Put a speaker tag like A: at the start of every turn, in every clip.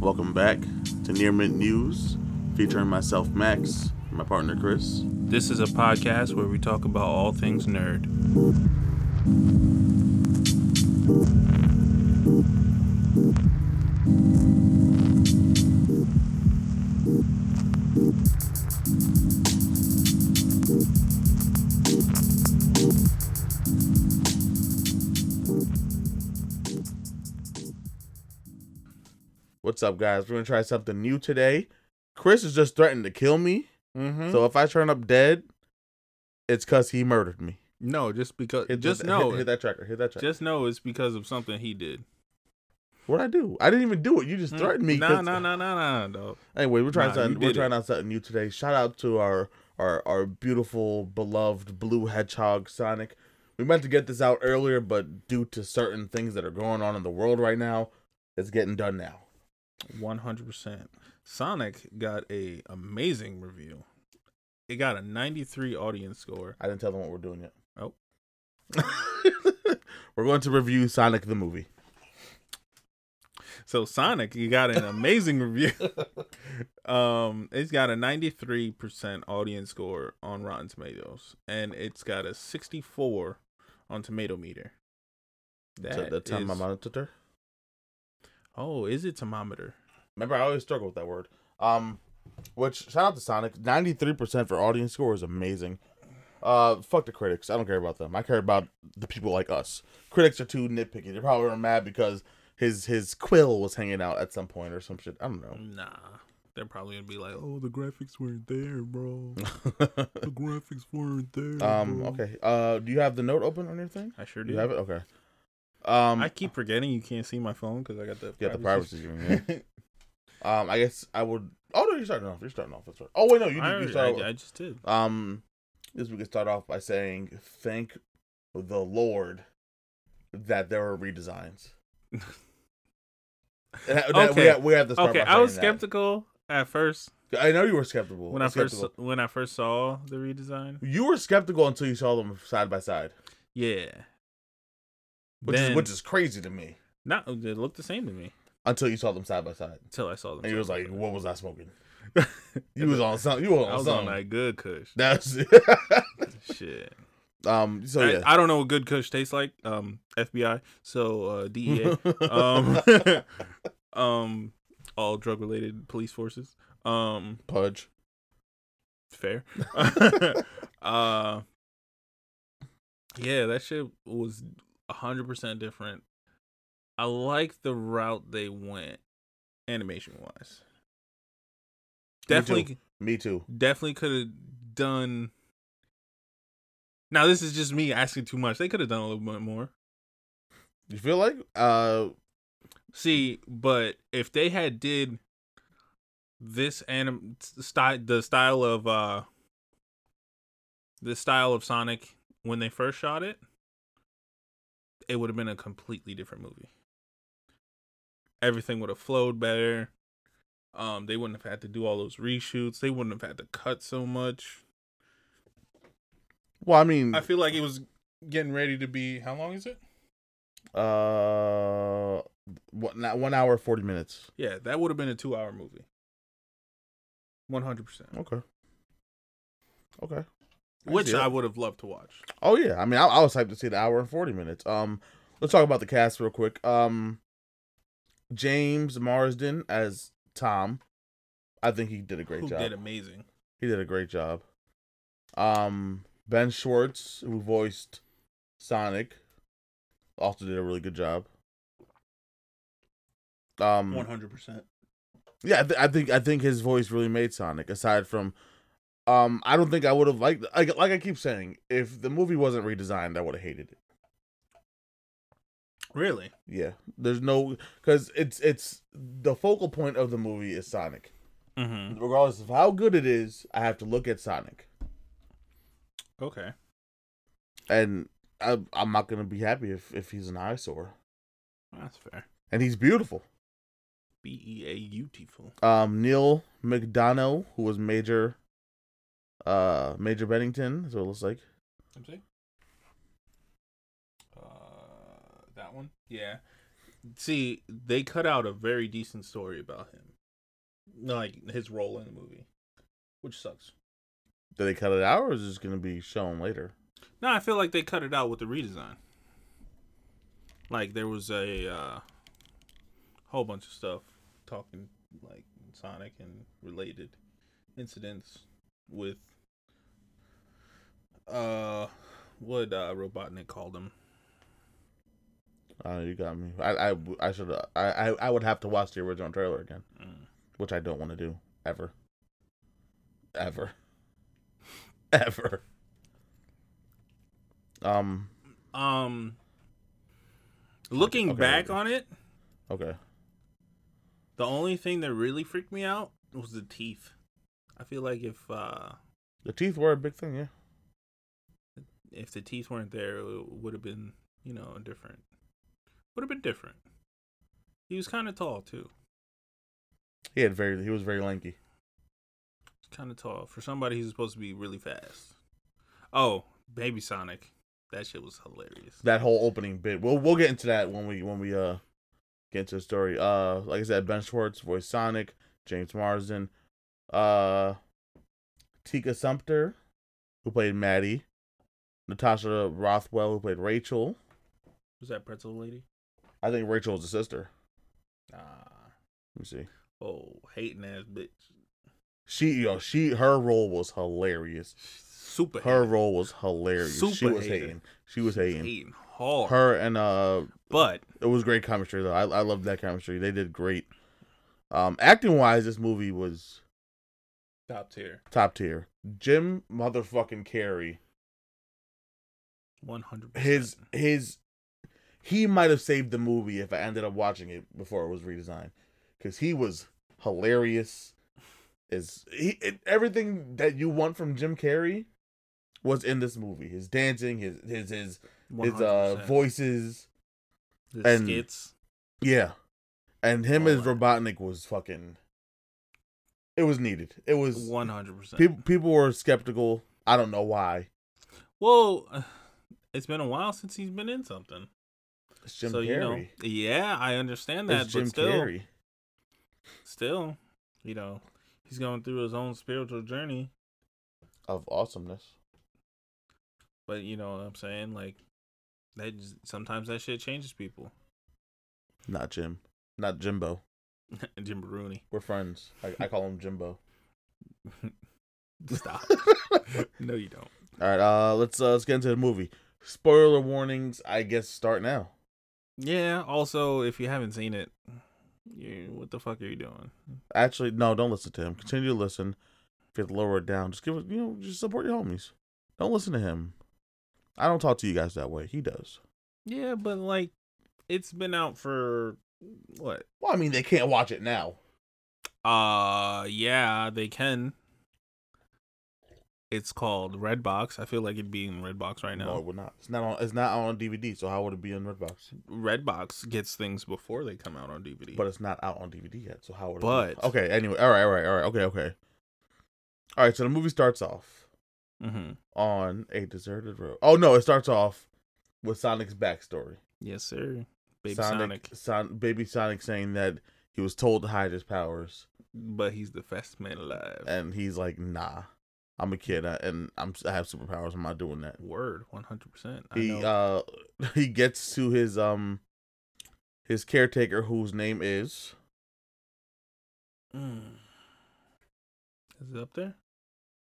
A: Welcome back to Near Mint News, featuring myself, Max, and my partner, Chris.
B: This is a podcast where we talk about all things nerd.
A: What's up, guys? We're gonna try something new today. Chris has just threatened to kill me,
B: Mm-hmm.
A: so if I turn up dead, it's cause he murdered me.
B: no, just because.
A: Hit
B: just
A: that,
B: know.
A: hit, hit that tracker. Hit that tracker.
B: just know it's because of something he did.
A: What'd I do? I didn't even do it. You just threatened me.
B: Nah,
A: 'cause-
B: nah, nah, nah, nah, dog.
A: Anyway, we're trying
B: Nah, you
A: something. We're
B: did it.
A: trying out something new today. Shout out to our our our beautiful, beloved blue hedgehog Sonic. We meant to get this out earlier, but due to certain things that are going on in the world right now, it's getting done now.
B: One hundred percent. Sonic got a amazing review. It got a ninety three audience score.
A: I didn't tell them what we're doing yet.
B: Oh.
A: we're going to review Sonic the movie.
B: So Sonic, you got an amazing review. Um, it's got a ninety three percent audience score on Rotten Tomatoes, and it's got a sixty four on Tomato Meter.
A: That, that's on my
B: is-
A: monitor.
B: Oh, is it thermometer?
A: Remember, I always struggle with that word. Um, which shout out to Sonic, ninety three percent for audience score is amazing. Uh, fuck the critics. I don't care about them. I care about the people like us. Critics are too nitpicky. They're probably were mad because his his quill was hanging out at some point or some shit. I don't
B: Nah, they're probably gonna be like, "Oh, the graphics weren't there, bro.
A: know.
B: The graphics weren't there."
A: um.
B: bro."
A: Okay. Uh. Do you have the note open on your thing?
B: I sure
A: Do
B: do.
A: you have it? Okay. Um.
B: I keep forgetting you can't see my phone because I got the
A: Yeah, the privacy. screen, yeah. um. I guess I would. Oh no, you're starting off. You're starting off. That's right. Oh wait, no, you,
B: I,
A: did- you
B: already-
A: started.
B: I- I just did.
A: Um, this we can start off by saying thank the Lord that there are redesigns. That- that- we
B: Okay.
A: have, we have to start
B: Okay,
A: by
B: I was
A: saying that.
B: skeptical at first
A: I know you were skeptical
B: when I first
A: skeptical.
B: when I first saw the redesign.
A: You were skeptical until you saw them side by side,
B: Yeah.
A: which
B: Then-
A: is which is crazy to me.
B: No, they looked the same to me
A: Until you saw them side by side,
B: until I saw them.
A: and you was
B: side
A: like,
B: by
A: "What was I smoking?
B: side.
A: You was on something. You were
B: I
A: on
B: was on
A: something."
B: that good Kush.
A: That's
B: Shit.
A: um. So
B: I-
A: yeah.
B: I, don't know what good Kush tastes like. Um, FBI. So uh, DEA. um, um, all drug related police forces. Um,
A: Pudge.
B: fair. uh, yeah, that shit was hundred percent different. I like the route they went, animation wise.
A: Me too.
B: Definitely,
A: Me too.
B: definitely could have done. Now this is just me asking too much. They could have done a little bit more.
A: You feel like uh
B: See, but if they had did this anim style, the style of uh, the style of Sonic when they first shot it, it would have been a completely different movie. Everything would have flowed better. Um, they wouldn't have had to do all those reshoots. They wouldn't have had to cut so much.
A: Well, I mean,
B: I feel like it was getting ready to be. How long is it?
A: uh, what not one hour forty minutes.
B: Yeah, that would have been a two-hour movie. One hundred percent.
A: Okay. Okay. I
B: which
A: see it.
B: I would have loved to watch.
A: oh yeah, I mean, I, I was hyped to see the hour and forty minutes. Um, let's talk about the cast real quick. Um, James Marsden as Tom, I think he did a great
B: Who
A: job.
B: did amazing?
A: He did a great job. Um, Ben Schwartz, who voiced Sonic, also did a really good job. Um,
B: One hundred percent.
A: Yeah, I, th- I think I think his voice really made Sonic. Aside from, um, I don't think I would have liked. Like, like I keep saying, if the movie wasn't redesigned, I would have hated it.
B: Really?
A: Yeah, there's no because it's it's the focal point of the movie is Sonic.
B: Mm-hmm.
A: Regardless of how good it is, I have to look at Sonic,
B: Okay.
A: and I, I'm not gonna be happy if if he's an eyesore.
B: That's fair.
A: And he's beautiful.
B: B E A U T ful.
A: Um, Neil McDonough, who was Major, uh, Major Bennington, is what it looks like.
B: Let me see. Uh, that one. Yeah. see, they cut out a very decent story about him, like his role in the movie, which sucks.
A: Did they cut it out, or is this going to be shown later?
B: No, I feel like they cut it out with the redesign. Like there was a uh, whole bunch of stuff talking like Sonic and related incidents with uh what uh Robotnik called him.
A: Uh, you got me. I I, I should I, I I would have to watch the original trailer again,
B: Mm.
A: which I don't want to do ever. Ever. ever. Um.
B: Um looking
A: okay.
B: back on it,
A: Okay.
B: the only thing that really freaked me out was the teeth. I feel like if uh
A: The teeth were a big thing, yeah.
B: if the teeth weren't there, it would have been, you know, different. Would have been different. He was kind of tall too.
A: He had very. He was very lanky.
B: kind of tall for somebody who's supposed to be really fast. Oh, Baby Sonic, that shit was hilarious.
A: That whole opening bit. We'll we'll get into that when we when we uh get into the story. Uh, like I said, Ben Schwartz voiced Sonic, James Marsden, uh, Tika Sumpter, who played Maddie, Natasha Rothwell, who played Rachel.
B: Was that pretzel lady?
A: I think Rachel's the sister.
B: Ah,
A: Let me see.
B: oh, hating ass bitch.
A: She yo she her role was hilarious.
B: Super
A: Her role was hilarious. she
B: Super
A: was
B: hater.
A: hating. She was
B: hating,
A: hating.
B: hating hard.
A: Her and uh
B: but
A: it was great chemistry though. I I loved that chemistry. They did great. Um, acting wise, this movie was
B: top tier,
A: top tier. Jim motherfucking Carrey,
B: one hundred.
A: his his, he might have saved the movie if I ended up watching it before it was redesigned, because he was hilarious. Is he it, everything that you want from Jim Carrey was in this movie? His dancing, his his his his uh voices,
B: his
A: and-
B: skits.
A: Yeah. And him
B: All
A: as
B: that.
A: Robotnik was fucking it was needed. It was
B: One hundred percent.
A: people people were skeptical. I don't know why.
B: Well, it's been a while since he's been in something.
A: It's Jim
B: so
A: Carrey.
B: you know, yeah, I understand that,
A: it's
B: but
A: Jim
B: still,
A: Carrey.
B: still, you know, he's going through his own spiritual journey.
A: Of awesomeness.
B: But you know what I'm saying? Like that j- sometimes that shit changes people.
A: Not Jim. Not Jimbo.
B: Jim Rooney.
A: We're friends. I, I call him Jimbo.
B: Stop. no you don't.
A: Alright, uh let's uh let's get into the movie. Spoiler warnings, I guess start now.
B: Yeah, also if you haven't seen it, you what the fuck are you doing?
A: Actually, no, don't listen to him. Continue to listen. If you have to lower it down, just give it you know, just support your homies. Don't listen to him. I don't talk to you guys that way. He does.
B: Yeah, but like it's been out for what?
A: Well, I mean, they can't watch it now.
B: Uh yeah, they can. It's called Redbox. I feel like it'd be in Redbox right
A: No, it
B: now.
A: would not. It's not on. It's not on DVD. So how would it be on Redbox?
B: Redbox gets things before they come out on DVD.
A: But it's not out on DVD yet. So how would? it
B: But-
A: be? okay. Anyway, all right, all right, all right. Okay, okay. All right. So the movie starts off
B: mm-hmm.
A: on a deserted road. Oh no, it starts off with Sonic's backstory.
B: yes, sir. Baby Sonic.
A: Son, baby Sonic saying that he was told to hide his powers,
B: but he's the fastest man alive.
A: and he's like, "Nah, I'm a kid, I, and I'm I have superpowers. I'm not doing that."
B: Word, one hundred percent. I
A: he
B: know.
A: uh he gets to his um his caretaker whose name is
B: Mm. Is it up there?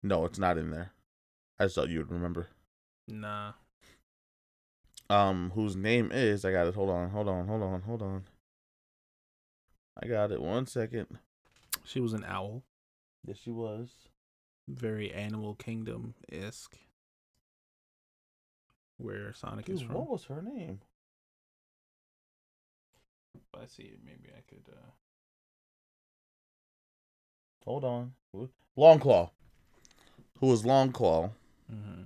A: no it's not in there i just thought you would remember
B: Nah.
A: um whose name is i got it hold on hold on hold on hold on i got it one second
B: She was an owl.
A: yes she was
B: Very animal kingdom esque. Where Sonic is
A: Dude,
B: from.
A: what was her name
B: If I see it, maybe I could uh
A: hold on long claw who was long claw
B: mm-hmm.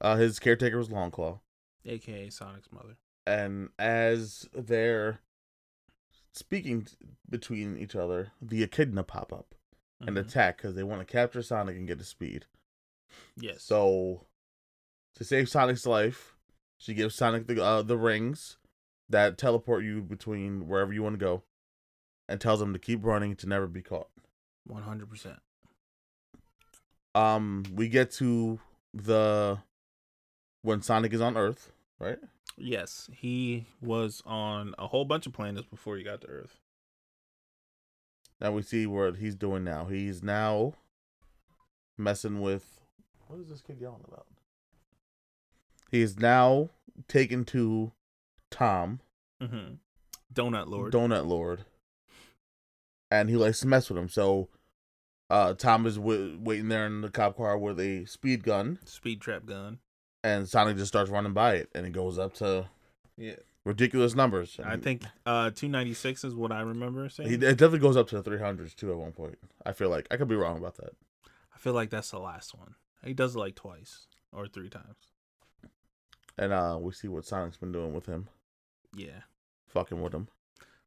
A: uh his caretaker was long claw
B: AKA Sonic's mother.
A: and as they're speaking t- between each other, the echidna pop up and
B: Mhm.
A: attack because they want to capture Sonic and get his speed.
B: Mm-hmm. yes.
A: So, to save Sonic's life, she gives Sonic the uh, the rings that teleport you between wherever you want to go, and tells them to keep running to never be caught.
B: One hundred percent.
A: Um, we get to the when Sonic is on Earth, right?
B: Yes, he was on a whole bunch of planets before he got to Earth.
A: Now we see what he's doing now. He's now messing with what is this kid yelling about? He is now taken to Tom,
B: Mm-hmm. Donut Lord.
A: Donut Lord, and he likes to mess with him. So uh, Tom is w- waiting there in the cop car with a speed gun,
B: Speed trap gun.
A: and Sonic just starts running by it, and it goes up to
B: Yeah.
A: ridiculous numbers.
B: I think uh, two ninety six is what I remember saying.
A: He, it definitely goes up to the 300s too at one point. I feel like I could be wrong about that.
B: I feel like that's the last one. He does it like twice or three times.
A: And uh, we see what Sonic's been doing with him,
B: Yeah.
A: fucking with him.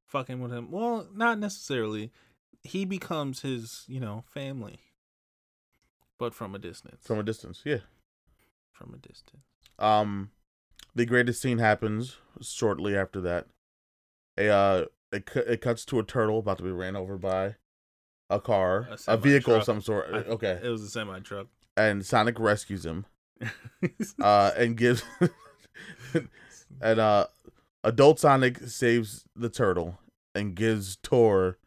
B: Fucking with him. Well, not necessarily. He becomes his, you know, family. But from a distance.
A: from a distance. Yeah.
B: From a distance.
A: Um, the greatest scene happens shortly after that. A uh, it cu- it cuts to a turtle about to be ran over by a car,
B: A
A: a, vehicle
B: semi-truck.
A: of some sort.
B: I-
A: Uh, okay,
B: It was a semi truck.
A: and Sonic rescues him. Uh, and gives and uh, adult Sonic saves the turtle and gives Tor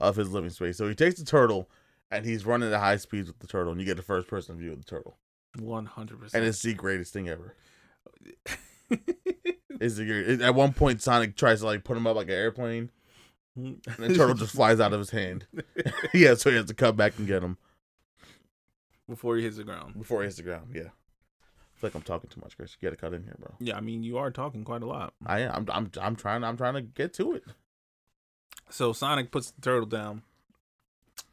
A: of his living space. So he takes the turtle. And he's running at high speeds with the turtle, and you get the first person view of the turtle.
B: One hundred percent.
A: And it's the greatest thing ever. Is it, it- at one point Sonic tries to like put him up like an airplane, and the turtle just flies out of his hand. yeah, so he has to come back and get him
B: before he hits the ground.
A: before he hits the ground. Yeah, it's like I'm talking too much, Chris. You gotta cut in here, bro.
B: Yeah, I mean you are talking quite a lot.
A: I am. I'm. I'm. I'm trying. I'm trying to get to it.
B: So Sonic puts the turtle down,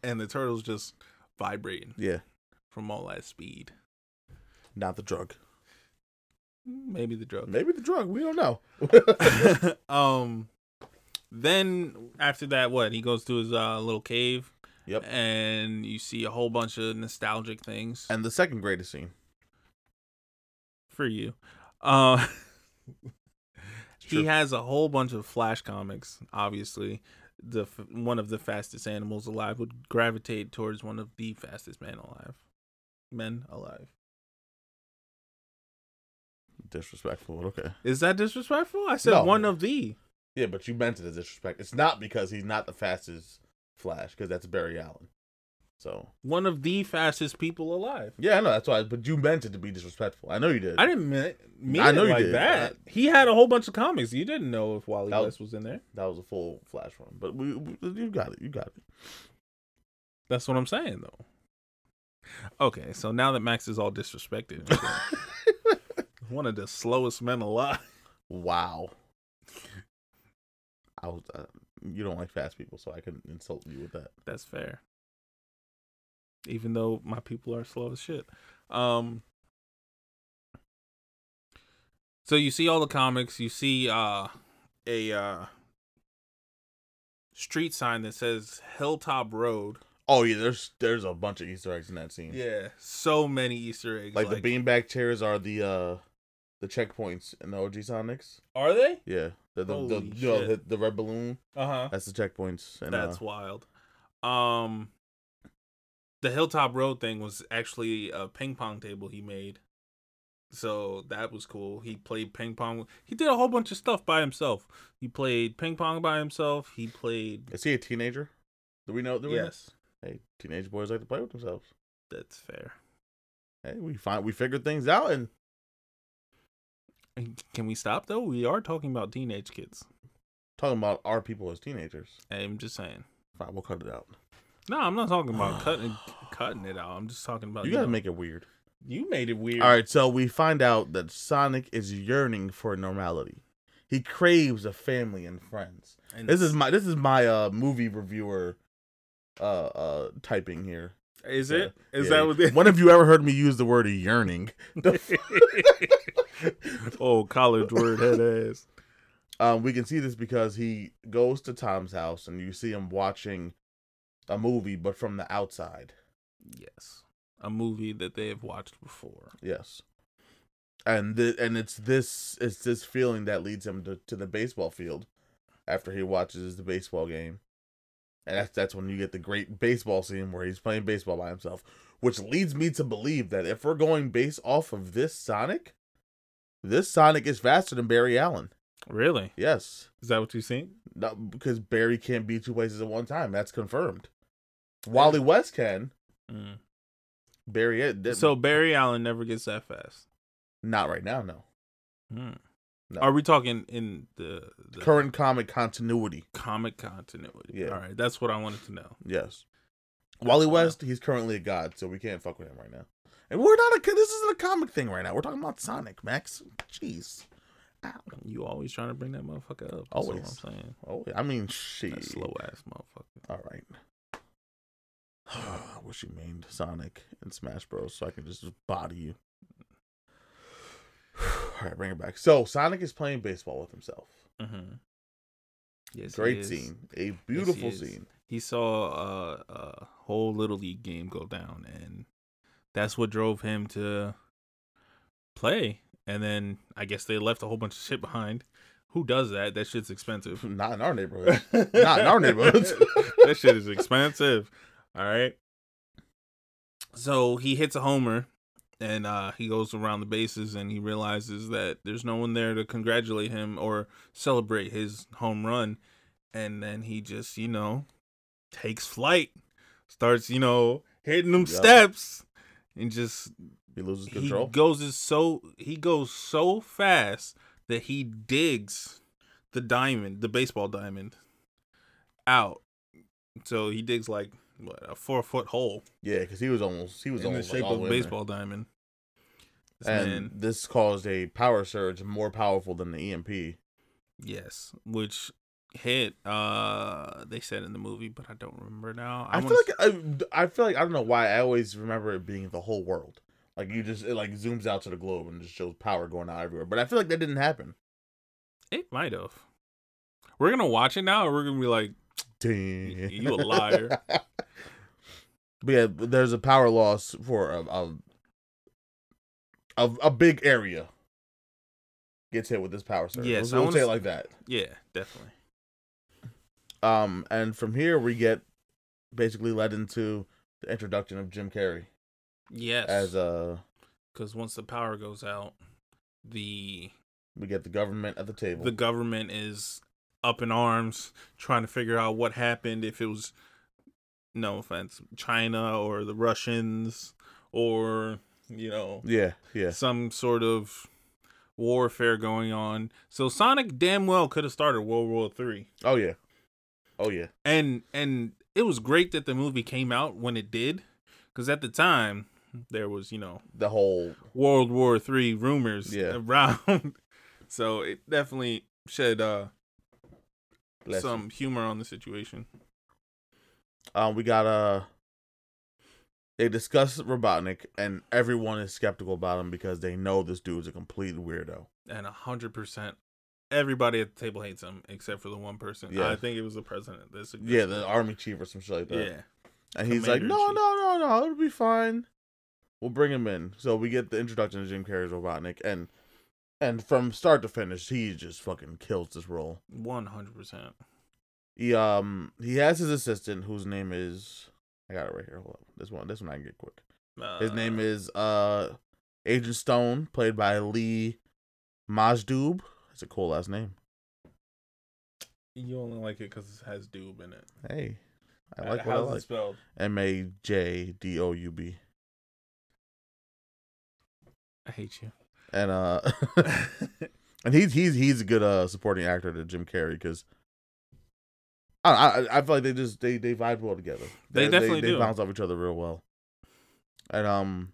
B: and the turtle's just vibrating
A: Yeah,
B: from all that speed.
A: not the drug.
B: Maybe the drug.
A: Maybe the drug. We don't know.
B: um, then after that, what he goes to his uh, little cave.
A: Yep.
B: And you see a whole bunch of nostalgic things
A: And the second greatest scene.
B: for you. Uh,
A: true.
B: he has a whole bunch of Flash comics. Obviously, the f- one of the fastest animals alive would gravitate towards one of the fastest men alive. Men alive.
A: Disrespectful. but Okay.
B: Is that disrespectful? I said
A: No.
B: one of the.
A: Yeah, but you meant it as disrespect. It's not because he's not the fastest Flash, because that's Barry Allen. So
B: One of the fastest people alive.
A: yeah, I know that's why. But you meant it to be disrespectful. I know you did.
B: I didn't mean, mean
A: I know
B: it
A: you
B: like
A: did.
B: that. he had a whole bunch of comics. You didn't know if Wally
A: That-
B: West was in there.
A: That was a full flash run, but we, we you got it, you got it.
B: That's what I'm saying, though. Okay, so now that Max is all disrespected, one of the slowest men alive.
A: wow. I was. Uh, you don't like fast people, so I couldn't insult you with that.
B: That's fair. Even though my people are slow as shit. Um So you see all the comics, you see uh a uh street sign that says Hilltop Road.
A: Oh yeah, there's there's a bunch of Easter eggs in that scene.
B: Yeah, so many Easter eggs.
A: like, the beanbag chairs are the uh the checkpoints in the OG Sonics.
B: Are they?
A: Yeah, the the the,
B: Holy
A: you know, the,
B: shit.
A: the red balloon.
B: Uh-huh.
A: That's the checkpoints. And,
B: That's
A: uh,
B: wild. Um the Hilltop Road thing was actually a ping pong table he made. So that was cool. He played ping pong. He did a whole bunch of stuff by himself. He played ping pong by himself. He played
A: is he a teenager? Do we know? Do we know?
B: Yes.
A: Hey, teenage boys like to play with themselves.
B: That's fair.
A: Hey, we find we figured things out, and
B: Can we stop though? We are talking about teenage kids.
A: talking about our people as teenagers.
B: I'm just saying.
A: Fine, we'll cut it out.
B: No, I'm not talking about cutting cutting it out. I'm just talking about
A: You gotta
B: know,
A: make it weird.
B: you made it weird.
A: All right, so we find out that Sonic is yearning for normality. He craves a family and friends.
B: And
A: This is my this is my uh movie reviewer uh uh typing here.
B: is it? Is
A: Yeah.
B: that what the
A: When have you ever heard me use the word yearning?
B: oh college word head ass?
A: Um, we can see this because he goes to Tom's house and you see him watching a movie, but from the outside.
B: Yes. A movie that they have watched before.
A: Yes. and the, and it's this it's this feeling that leads him to, to the baseball field after he watches the baseball game, and that's that's when you get the great baseball scene where he's playing baseball by himself, which leads me to believe that if we're going base off of this Sonic, this Sonic is faster than Barry Allen.
B: Really?
A: Yes,
B: Is that what you seen?
A: not because Barry can't be two places at one time. That's confirmed. Wally West can.
B: Mm.
A: Barry it didn't.
B: So Barry Allen never gets that fast.
A: not right now. No
B: Mm.
A: No.
B: Are we talking in the, the
A: current comic continuity.
B: comic continuity?
A: Yeah.
B: All right, that's what I wanted to know.
A: Yes. Wally
B: Wow.
A: West, he's currently a god, so we can't fuck with him right now. And we're not a this isn't a comic thing right now. We're talking about Sonic, Max. Jeez. Ow.
B: You always trying to bring that motherfucker up. That's all
A: Always.
B: I'm saying.
A: Oh, I mean, shit.
B: That slow ass motherfucker.
A: All right. I wish you mained Sonic and Smash Bros. so I can just body you. All right, bring it back. So Sonic is playing baseball with himself.
B: Mm-hmm. Yes, he
A: Great
B: is.
A: scene, a beautiful
B: is.
A: scene.
B: He saw a, a whole little league game go down, and that's what drove him to play. And then I guess they left a whole bunch of shit behind. Who does that? That shit's expensive.
A: Not in our neighborhood. Not in our neighborhoods.
B: that shit is expensive. All right. So he hits a homer and uh, he goes around the bases and he realizes that there's no one there to congratulate him or celebrate his home run. And then he just, you know, takes flight, starts, you know, hitting them
A: Yup.
B: steps and just
A: he loses
B: he
A: control.
B: goes is so he goes so fast that he digs the diamond, the baseball diamond, out. So he digs like what a four foot hole
A: yeah, because he was almost he was
B: in the
A: almost like,
B: shape
A: all
B: of
A: the
B: a
A: way in there.
B: baseball diamond. This
A: and
B: man,
A: this caused a power surge more powerful than the E EMP.
B: yes, which hit. Uh, they said in the movie, but I don't remember now.
A: I, feel
B: wanna
A: like I, I feel like I don't know why I always remember it being the whole world. Like you just it like zooms out to the globe and just shows power going out everywhere. But I feel like that didn't happen.
B: it might have. We're gonna watch it now, or we're gonna be like,
A: Dang.
B: you a liar.
A: but yeah, there's a power loss for a a, a, a big area gets hit with this power surge.
B: Yes,
A: Let's-
B: I
A: let's
B: wanna
A: say it
B: s-
A: like that.
B: yeah, definitely.
A: Um, and from here we get basically led into the introduction of Jim Carrey
B: Yes,
A: as uh
B: because once the power goes out, the
A: we get the government at the table.
B: the government is up in arms trying to figure out what happened if it was no offense china or the russians or you know
A: yeah, yeah.
B: some sort of warfare going on so sonic damn well could have started world war three
A: Oh yeah, oh yeah.
B: and and it was great that the movie came out when it did because at the time there was you know
A: The whole
B: World War Three rumors
A: Yeah.
B: around. so it definitely shed uh,
A: bless you.
B: some humor on the situation.
A: Um, we got uh, they discuss Robotnik, and everyone is skeptical about him because they know this dude's a complete weirdo.
B: And a hundred percent everybody at the table hates him except for the one person.
A: Yeah.
B: I think it was the president. That's
A: Yeah, the uh, army chief or some shit like that.
B: yeah.
A: and he's like,
B: commander
A: no,
B: in chief."
A: no, no, no, it'll be fine. We'll bring him in. So we get the introduction of Jim Carrey's Robotnik, and and from start to finish, he just fucking kills this role.
B: One hundred percent.
A: He um he has his assistant whose name is I got it right here. Hold up, this one, this one I can get quick. His name is uh Agent Stone, played by Lee Majdub. That's a cool last name.
B: You only like it because it has "doob" in it. Uh,
A: Hey, I like what I
B: How's it
A: like.
B: spelled?
A: M A J D O U B.
B: I hate you.
A: And uh, and he's he's he's a good uh supporting actor to Jim Carrey because. I, I I feel like they just they they vibe well together.
B: They definitely
A: they,
B: do.
A: bounce off each other real well. And um,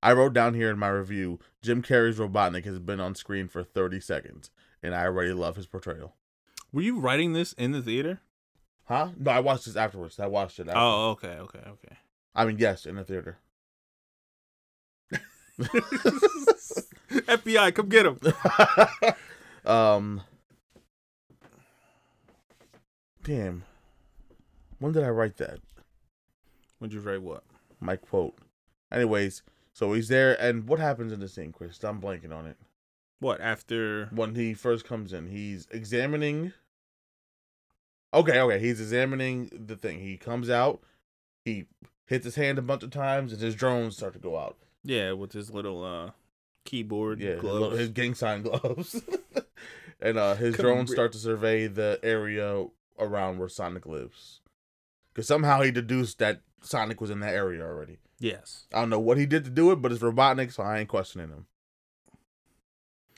A: I wrote down here in my review, Jim Carrey's Robotnik has been on screen for thirty seconds, and I already love his portrayal.
B: Were you writing this in the theater?
A: Huh? No, I watched this afterwards. I watched it. after-
B: Oh, okay, okay, okay.
A: I mean, yes, in the theater.
B: FBI, come get him.
A: um damn when did i write that
B: Would you write what?
A: my quote anyways So he's there, and what happens in the scene, Chris? I'm blanking on it.
B: What after?
A: When he first comes in, he's examining. Okay, okay, he's examining the thing. He comes out, he hits his hand a bunch of times, and his drones start to go out.
B: Yeah, with his little uh keyboard
A: Yeah, his, little-
B: gloves.
A: his gang sign gloves, and uh, his
B: Come
A: drones
B: re-
A: start to survey the area around where Sonic lives. Because somehow he deduced that Sonic was in that area already.
B: yes.
A: I don't know what he did to do it, but it's Robotnik, so I ain't questioning him.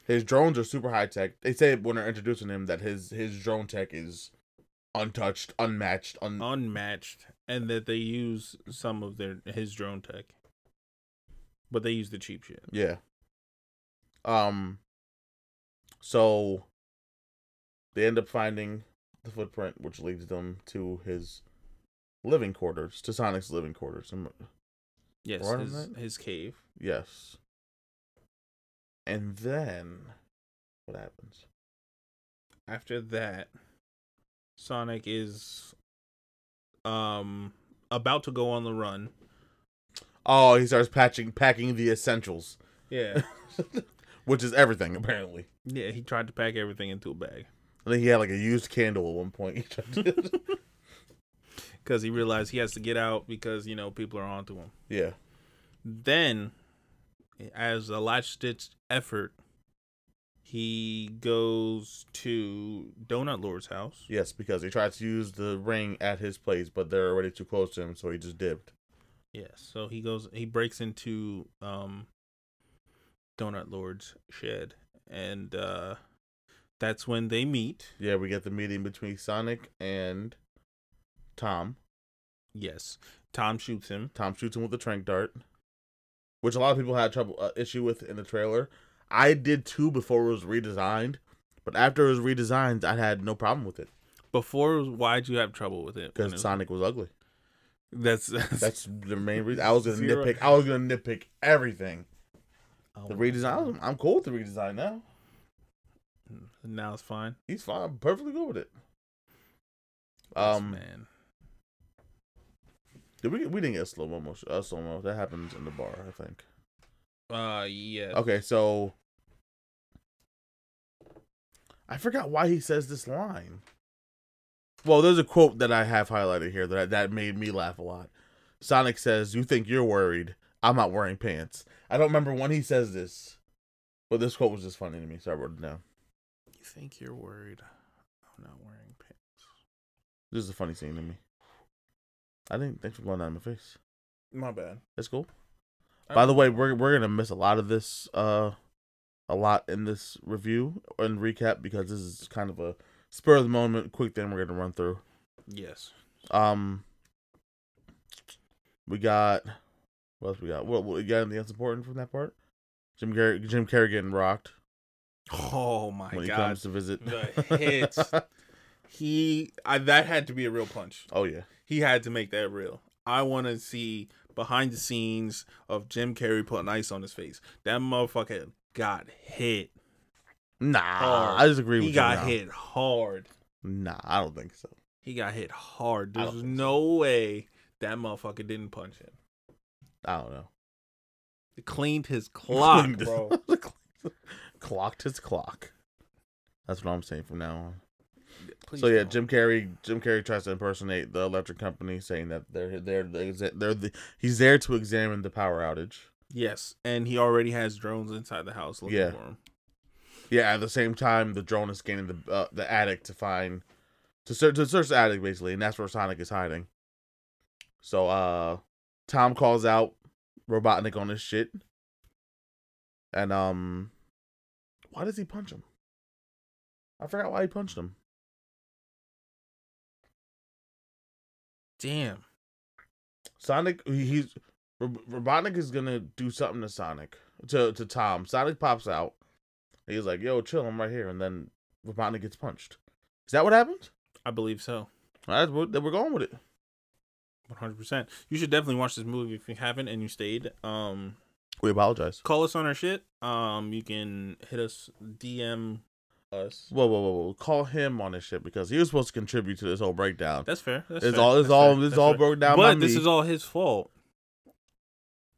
A: His drones are super high tech. They say when they're introducing him that his his drone tech is untouched, unmatched, un-
B: Unmatched, and that they use some of their his drone tech, but they use the cheap shit.
A: yeah. Um. So they end up finding the footprint, which leads them to his living quarters, to Sonic's living quarters. Am-
B: Yes,
A: Right on
B: his,
A: that?
B: his cave.
A: Yes. And then what happens?
B: After that, Sonic is um about to go on the run.
A: Oh, he starts patching packing the essentials,
B: Yeah,
A: which is everything apparently.
B: yeah. He tried to pack everything into a bag
A: I think he had like a used candle at one point.
B: because he realized he has to get out because you know people are onto him.
A: yeah.
B: Then, as a last ditch effort, he goes to Donut Lord's house.
A: Yes, because he tried to use the ring at his place, but they're already too close to him, so he just dipped.
B: Yeah, so he goes. He breaks into um, Donut Lord's shed, and uh, that's when they meet.
A: Yeah, we get the meeting between Sonic and Tom.
B: Yes, Tom shoots him.
A: Tom shoots him with a trank dart, which a lot of people had trouble uh, issue with in the trailer. I did too before it was redesigned, but after it was redesigned, I had no problem with it
B: Before, why'd you have trouble with it? When
A: because
B: it-
A: Sonic was ugly.
B: that's that's,
A: That's the main reason. I was gonna
B: Zero.
A: nitpick. I was gonna nitpick everything.
B: Oh
A: The
B: my
A: redesign.
B: God.
A: I'm, I'm cool with the redesign now.
B: Hmm, Now it's fine.
A: He's fine. I'm perfectly good with it.
B: Yes,
A: Um,
B: man,
A: did we we didn't get slow mo motion. Uh, slow mo. That happens in the bar, I think.
B: uh, yeah.
A: Okay, so I forgot why he says this line. Well, there's a quote that I have highlighted here that that made me laugh a lot. Sonic says, "You think you're worried? I'm not wearing pants." I don't remember when he says this, but this quote was just funny to me, so I wrote it down.
B: You think you're worried? I'm not wearing pants.
A: This is a funny scene to me. I didn't. Thanks for blowing out my face.
B: My bad.
A: That's cool. By the
B: Oh,
A: way, we're we're gonna miss a lot of this, uh, a lot in this review and recap because this is kind of a spur of the moment, quick thing we're gonna run through.
B: yes,
A: Um, we got what else? We got what? what you got anything else important from that part? Jim Car- Jim Carrey getting rocked
B: Oh my
A: when he
B: god.
A: comes to visit.
B: The hits. he I, that had to be a real punch.
A: oh yeah,
B: He had to make that real. I want to see behind the scenes of Jim Carrey putting ice on his face. That motherfucker got hit.
A: nah,
B: Hard.
A: I disagree with
B: He
A: you.
B: got
A: now.
B: hit hard.
A: Nah, I don't think so.
B: He got hit hard.
A: I don't
B: There's
A: think
B: no way that motherfucker didn't punch him.
A: I don't know.
B: He cleaned his clock,
A: Cleaned-
B: bro.
A: Clocked his clock. That's what I'm saying from now on.
B: Please
A: so yeah,
B: don't.
A: Jim Carrey. Jim Carrey tries to impersonate the electric company, saying that they're they're they're, they're the, he's there to examine the power outage.
B: Yes, and he already has drones inside the house looking
A: Yeah.
B: for him.
A: Yeah. At the same time, the drone is scanning the uh, the attic to find to search to search the attic basically, and that's where Sonic is hiding. So uh, Tom calls out Robotnik on his shit, and um, why does he punch him? I forgot why he punched him.
B: Damn.
A: Sonic, he- he's Rob- Robotnik is gonna do something to Sonic to to Tom. Sonic pops out. He's like, "Yo, chill, I'm right here," and then Robotnik gets punched. Is that what happened?
B: I believe so.
A: That's what that we're going with it.
B: One hundred percent. You should definitely watch this movie if you haven't and you stayed. Um,
A: We apologize.
B: call us on our shit. Um, you can hit us DM us.
A: Whoa, whoa, whoa, whoa! Call him on this shit because he was supposed to contribute to this whole breakdown.
B: That's fair. That's
A: it's
B: fair.
A: all, it's
B: That's
A: all,
B: fair.
A: it's
B: That's
A: all
B: fair.
A: broken down.
B: But
A: by
B: this
A: me.
B: is all his fault.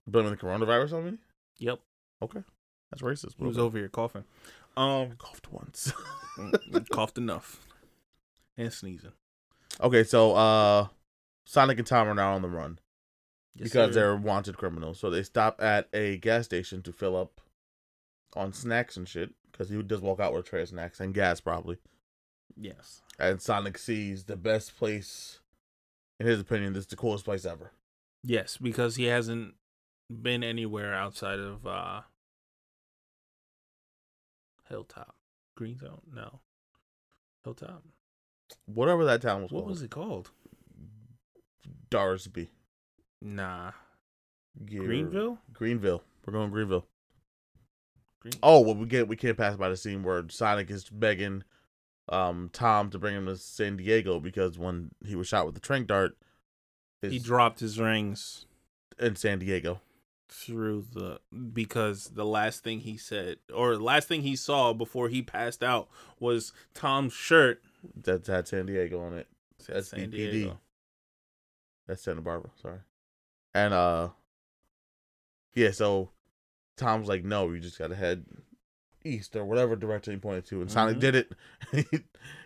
A: Blaming the coronavirus on me?
B: Yep.
A: That's racist.
B: He was
A: bro.
B: over here coughing. Um,
A: coughed once.
B: coughed enough, and sneezing
A: okay, so uh, Sonic and Tom are now on the run
B: Yes,
A: because
B: sir.
A: they're wanted criminals. So they stop at a gas station to fill up on snacks and shit because he does walk out with a tray of snacks and gas probably.
B: yes.
A: And Sonic sees the best place, in his opinion, this is the coolest place ever.
B: Yes, because he hasn't been anywhere outside of uh Hilltop. Green Zone? No. Hilltop.
A: Whatever that town was
B: What
A: called,
B: was it called?
A: Darsby.
B: Nah.
A: Gear-
B: Greenville?
A: Greenville. We're going Greenville.
B: Green-
A: Oh well, we get we can't pass by the scene where Sonic is begging um Tom to bring him to San Diego because when he was shot with the trank dart, his,
B: He dropped his rings
A: in San Diego.
B: through the because the last thing he said or the last thing he saw before he passed out was Tom's shirt.
A: That had San Diego on it.
B: Said
A: That's DPD. That's Santa Barbara. Sorry. And uh, yeah. So Tom's like, no, you just gotta head east or whatever direction he pointed to, and Sonic
B: Mhm.
A: did it. he,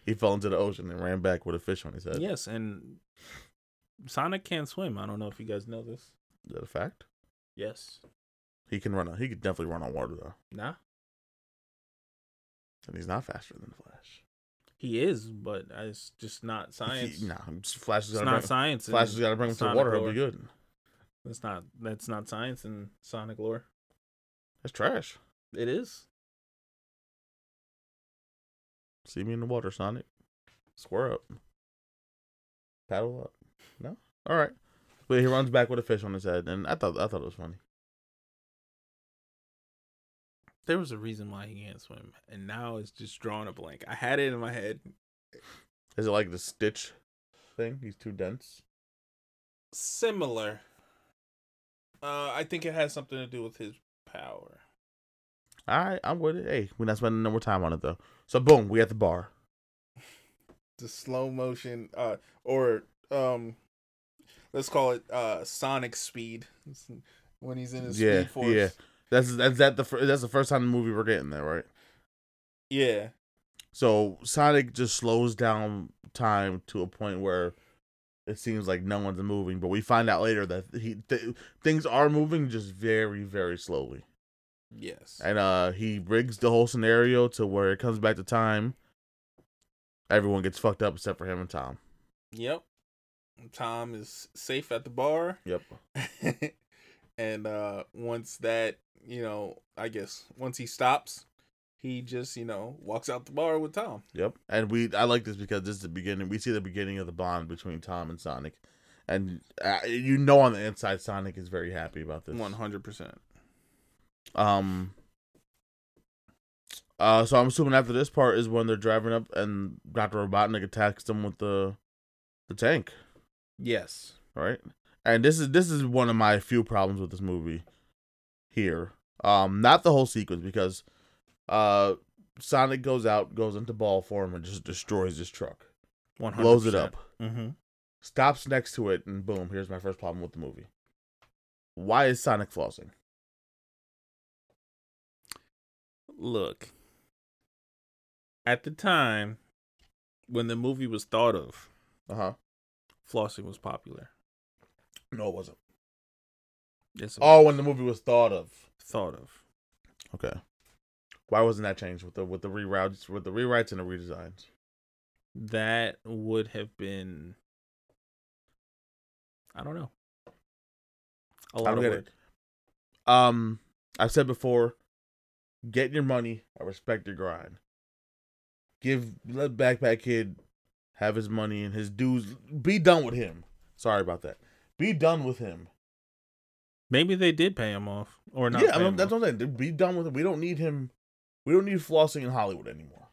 A: he fell into the ocean and ran back with a fish on his head.
B: Yes, and Sonic can't swim. I don't know if you guys know this.
A: Is that a fact?
B: Yes.
A: He can run. On, he could definitely run on water though,
B: Nah.
A: and he's not faster than Flash.
B: He is, but it's just not science.
A: He, nah, just Flash is
B: it's
A: gonna
B: not
A: bring,
B: science.
A: Flash
B: in
A: has gotta bring him to the
B: Sonic
A: water. It'll
B: lore.
A: be good.
B: That's not that's not science in Sonic lore.
A: That's trash.
B: It is.
A: See me in the water, Sonic. Square up. Paddle up. No. All right. But he runs back with a fish on his head, and I thought I thought it was funny.
B: There was a reason why he can't swim, and now it's just drawing a blank. I had it in my head.
A: Is it like the Stitch thing? He's too dense.
B: Similar. Uh, I think it has something to do with his power.
A: All right, I'm with it. Hey, we're not spending no more time on it though. So boom, we at the bar.
B: The slow motion, uh, or um, let's call it uh, Sonic speed when he's in his
A: Yeah,
B: speed force.
A: yeah. That's that's that the fir- that's the first time in the movie we're getting there, right?
B: yeah.
A: So Sonic just slows down time to a point where it seems like no one's moving, but we find out later that he th- things are moving just very, very slowly.
B: Yes.
A: And uh he rigs the whole scenario to where it comes back to time. Everyone gets fucked up except for him and Tom.
B: Yep. Tom is safe at the bar.
A: Yep.
B: and uh once that, you know, I guess once he stops, he just, you know, walks out the bar with Tom.
A: Yep. And we I like this because this is the beginning. We see the beginning of the bond between Tom and Sonic. And uh, you know on the inside Sonic is very happy about this.
B: 100%.
A: Um. Uh, so I'm assuming after this part is when they're driving up and Doctor Robotnik attacks them with the, the tank,
B: Yes.
A: right? And this is this is one of my few problems with this movie, here. Um, not the whole sequence because, uh, Sonic goes out, goes into ball form, and just destroys this truck,
B: 100%.
A: blows it up,
B: Mhm.
A: stops next to it, and boom. Here's my first problem with the movie. Why is Sonic flossing?
B: Look. At the time when the movie was thought of,
A: Uh huh.
B: flossing was popular.
A: No, it wasn't.
B: Yes. it
A: Oh,
B: was
A: when the movie was thought of.
B: thought of.
A: Okay. Why wasn't that changed with the with the reroutes with the rewrites and the redesigns?
B: That would have been I don't know. A lot
A: don't
B: of
A: get it.
B: work.
A: Um, I've said before, get your money. I respect your grind. Give let backpack kid have his money and his dues. Be done with him. Sorry about that. Be done with him.
B: Maybe they did pay him off, or not?
A: yeah,
B: pay
A: I mean,
B: him
A: that's
B: off.
A: what I'm saying. Be done with him. We don't need him. We don't need flossing in Hollywood anymore.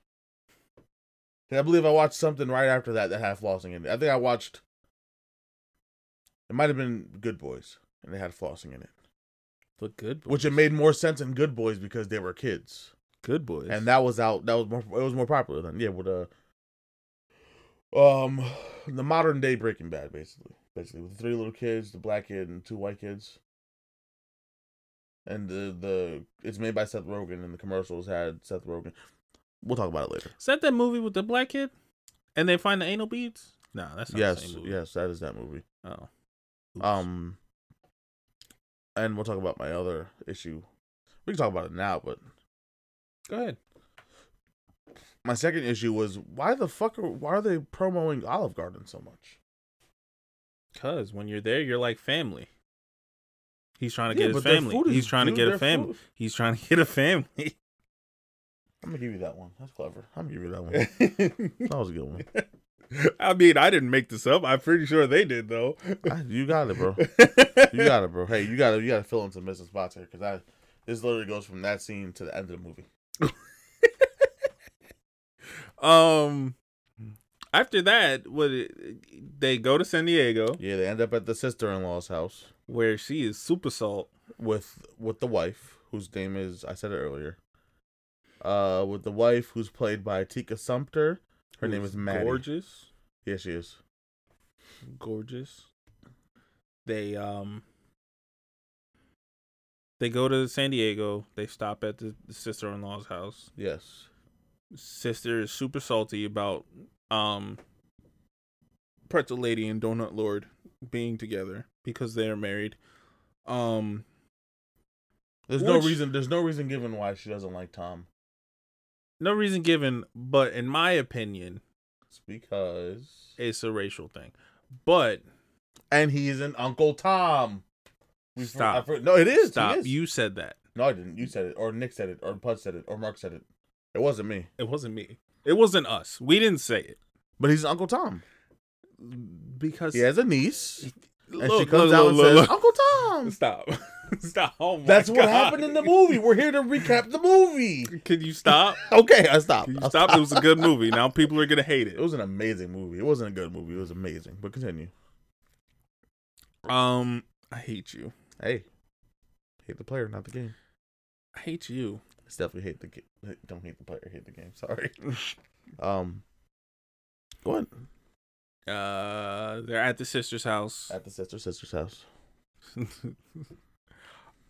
A: 'Cause I believe I watched something right after that that had flossing in it. I think I watched. It might have been Good Boys, and they had flossing in it,
B: the good boys.
A: which it made more sense in Good Boys because they were kids,
B: good boys,
A: and that was out. That was more. It was more popular then. Yeah, with uh, um, the modern day Breaking Bad, basically, basically with the three little kids, the black kid, and two white kids. and the the it's made by Seth Rogen, and the commercials had Seth Rogen. We'll talk about it later.
B: Is that that movie with the black kid? And they find the anal beads? No, that's not the
A: yes,
B: same movie.
A: yes, that is that movie.
B: Oh. Oops.
A: Um, and we'll talk about my other issue. We can talk about it now, but
B: Go ahead.
A: my second issue was why the fuck are why are they promoting Olive Garden so much?
B: Cause when you're there, you're like family. He's trying to
A: Yeah,
B: get
A: but
B: his
A: their
B: family.
A: food is
B: He's trying to
A: good,
B: get a
A: their
B: family.
A: food-
B: He's trying to get a family.
A: I'm gonna give you that one. That's clever. I'm gonna give you that one.
B: I
A: That was a good one.
B: mean, I didn't make this up. I'm pretty sure they did though.
A: I- you got it, bro. You got it, bro. Hey, you got to you got to fill in some missing spots here because I this literally goes from that scene to the end of the movie.
B: um after that, what it- they go to San Diego
A: Yeah, they end up at the sister in law's house
B: where she is super salt.
A: with with the wife whose name is I said it earlier. Uh, with the wife who's played by Tika Sumpter. Her
B: who
A: name is Maddie.
B: Gorgeous.
A: Yeah, she is.
B: gorgeous. They um they go to San Diego. They stop at the sister in law's house.
A: Yes.
B: Sister is super salty about um Pretzel Lady and Donut Lord being together because they are married. Um
A: There's no
B: Which-
A: reason. There's no reason given why she doesn't like Tom.
B: no reason given, but in my opinion,
A: It's because
B: it's a racial thing. But
A: and he's an Uncle Tom. for-
B: Stop.
A: I for- no, it is.
B: stop,
A: It is.
B: you said that.
A: No, I didn't. You said it, or Nick said it, or Bud said it, or Mark said it. It wasn't me.
B: It wasn't me. It wasn't us. We didn't say it.
A: But he's Uncle Tom.
B: Because
A: He has a niece,
B: Look,
A: and she
B: look,
A: comes
B: look,
A: out and
B: look,
A: says,
B: look.
A: "Uncle Tom."
B: Stop. stop. Oh my
A: That's what
B: God.
A: happened in the movie. We're here to recap the movie.
B: Can you stop?
A: Okay, I stopped.
B: Can you
A: I
B: stop? It was a good movie. Now people are gonna hate
A: It
B: it.
A: was an amazing movie. It wasn't a good movie. It was amazing. But continue.
B: Um, I hate you.
A: Hey, hate the player, not the game.
B: I hate you.
A: It's definitely hate the game. Don't hate the player, hate the game. Sorry. Um, go ahead.
B: Uh, they're at the sister's house.
A: At the sister sister's house.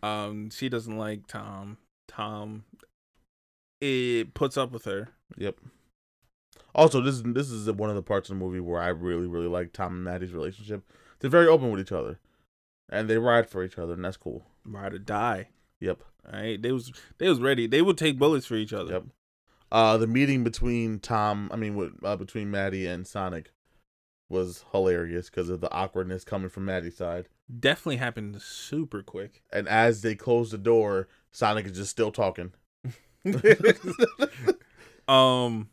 B: um, she doesn't like Tom. Tom, it puts up with her.
A: Yep. Also, this is this is one of the parts of the movie where I really really like Tom and Maddie's relationship. They're very open with each other, and they ride for each other, and that's cool.
B: Ride or die.
A: Yep.
B: All right, they was they was ready. They would take bullets for each other.
A: Yep. Uh, the meeting between Tom, I mean, with, uh, between Maddie and Sonic, was hilarious because of the awkwardness coming from Maddie's side.
B: Definitely happened super quick.
A: And as they close the door, Sonic is just still talking.
B: Um,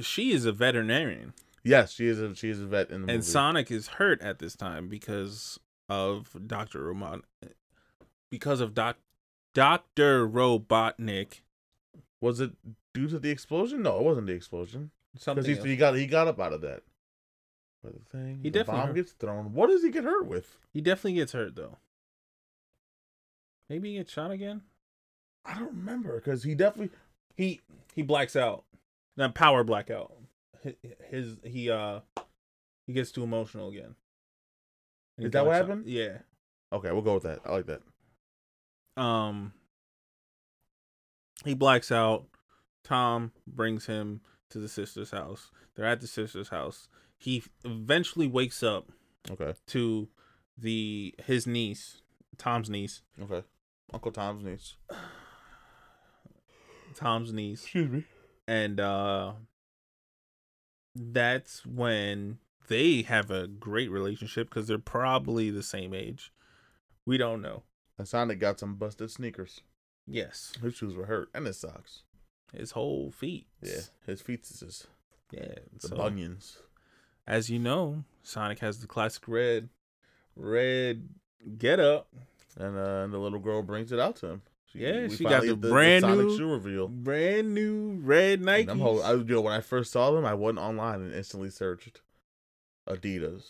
B: she is a veterinarian.
A: yes, she is a she is a vet in the movie.
B: and Sonic is hurt at this time because of Doctor Robot, because of Doc Doctor Robotnik.
A: was it due to the explosion? No, it wasn't the explosion. Because
B: Something
A: he,
B: else.
A: he got he got up out of that. But the thing,
B: He
A: the
B: definitely
A: bomb
B: hurt.
A: gets thrown. What does he get hurt with?
B: he definitely gets hurt though. Maybe he gets shot again.
A: I don't remember because he definitely he
B: He blacks out. Not power blackout. Hi- His he uh he gets too emotional again. And he
A: Is that what
B: blacks out.
A: happened?
B: Yeah.
A: okay. We'll go with that. I like that.
B: um he blacks out tom brings him to the sister's house they're at the sister's house he eventually wakes up
A: Okay.
B: to the his niece tom's niece
A: Okay. Uncle Tom's niece.
B: tom's niece
A: Excuse me.
B: and uh that's when they have a great relationship because they're probably the same age we don't know
A: And Sonic got some busted sneakers.
B: yes
A: His shoes were hurt and his socks.
B: his whole feet
A: Yeah, his feetses,
B: yeah
A: the
B: so-
A: bunions.
B: as you know, Sonic has the classic red, red get up,
A: And uh, and the little girl brings it out to him.
B: Yeah,
A: we
B: she got
A: finally
B: the
A: did
B: brand
A: Sonic
B: new
A: shoe reveal.
B: brand new red Nike.
A: And I'm whole, I, yo, when I first saw them, I wasn't online and instantly searched Adidas.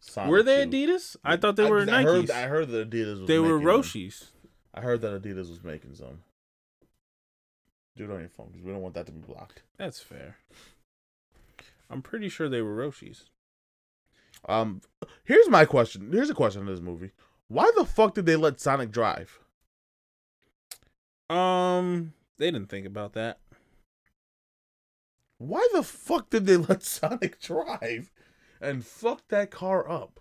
A: Sonic
B: Were they
A: shoe.
B: Adidas? I thought they
A: I-
B: were
A: 'cause I
B: Nikes.
A: heard, I heard that Adidas was
B: they were
A: making them.
B: Roshis.
A: I heard that Adidas was making some. Do it on your phone because we don't want that to be blocked.
B: That's fair. I'm pretty sure they were Roshis.
A: Um, here's my question. Here's a question to this movie. Why the fuck did they let Sonic drive?
B: Um, they didn't think about that.
A: Why the fuck did they let Sonic drive and fuck that car up?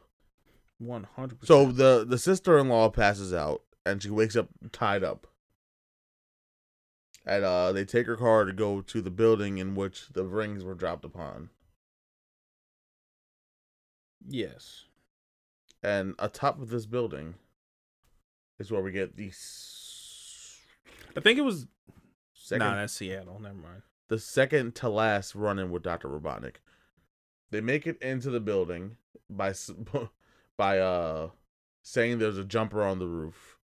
B: One hundred percent.
A: So the the sister in law passes out and she wakes up tied up. And uh, they take her car to go to the building in which the rings were dropped upon.
B: yes,
A: And atop of this building is where we get the s-
B: I think it was.
A: second,
B: Nah, that's Seattle. Never mind.
A: the second to last run in with Doctor Robotnik. They make it into the building by s- by uh saying there's a jumper on the roof,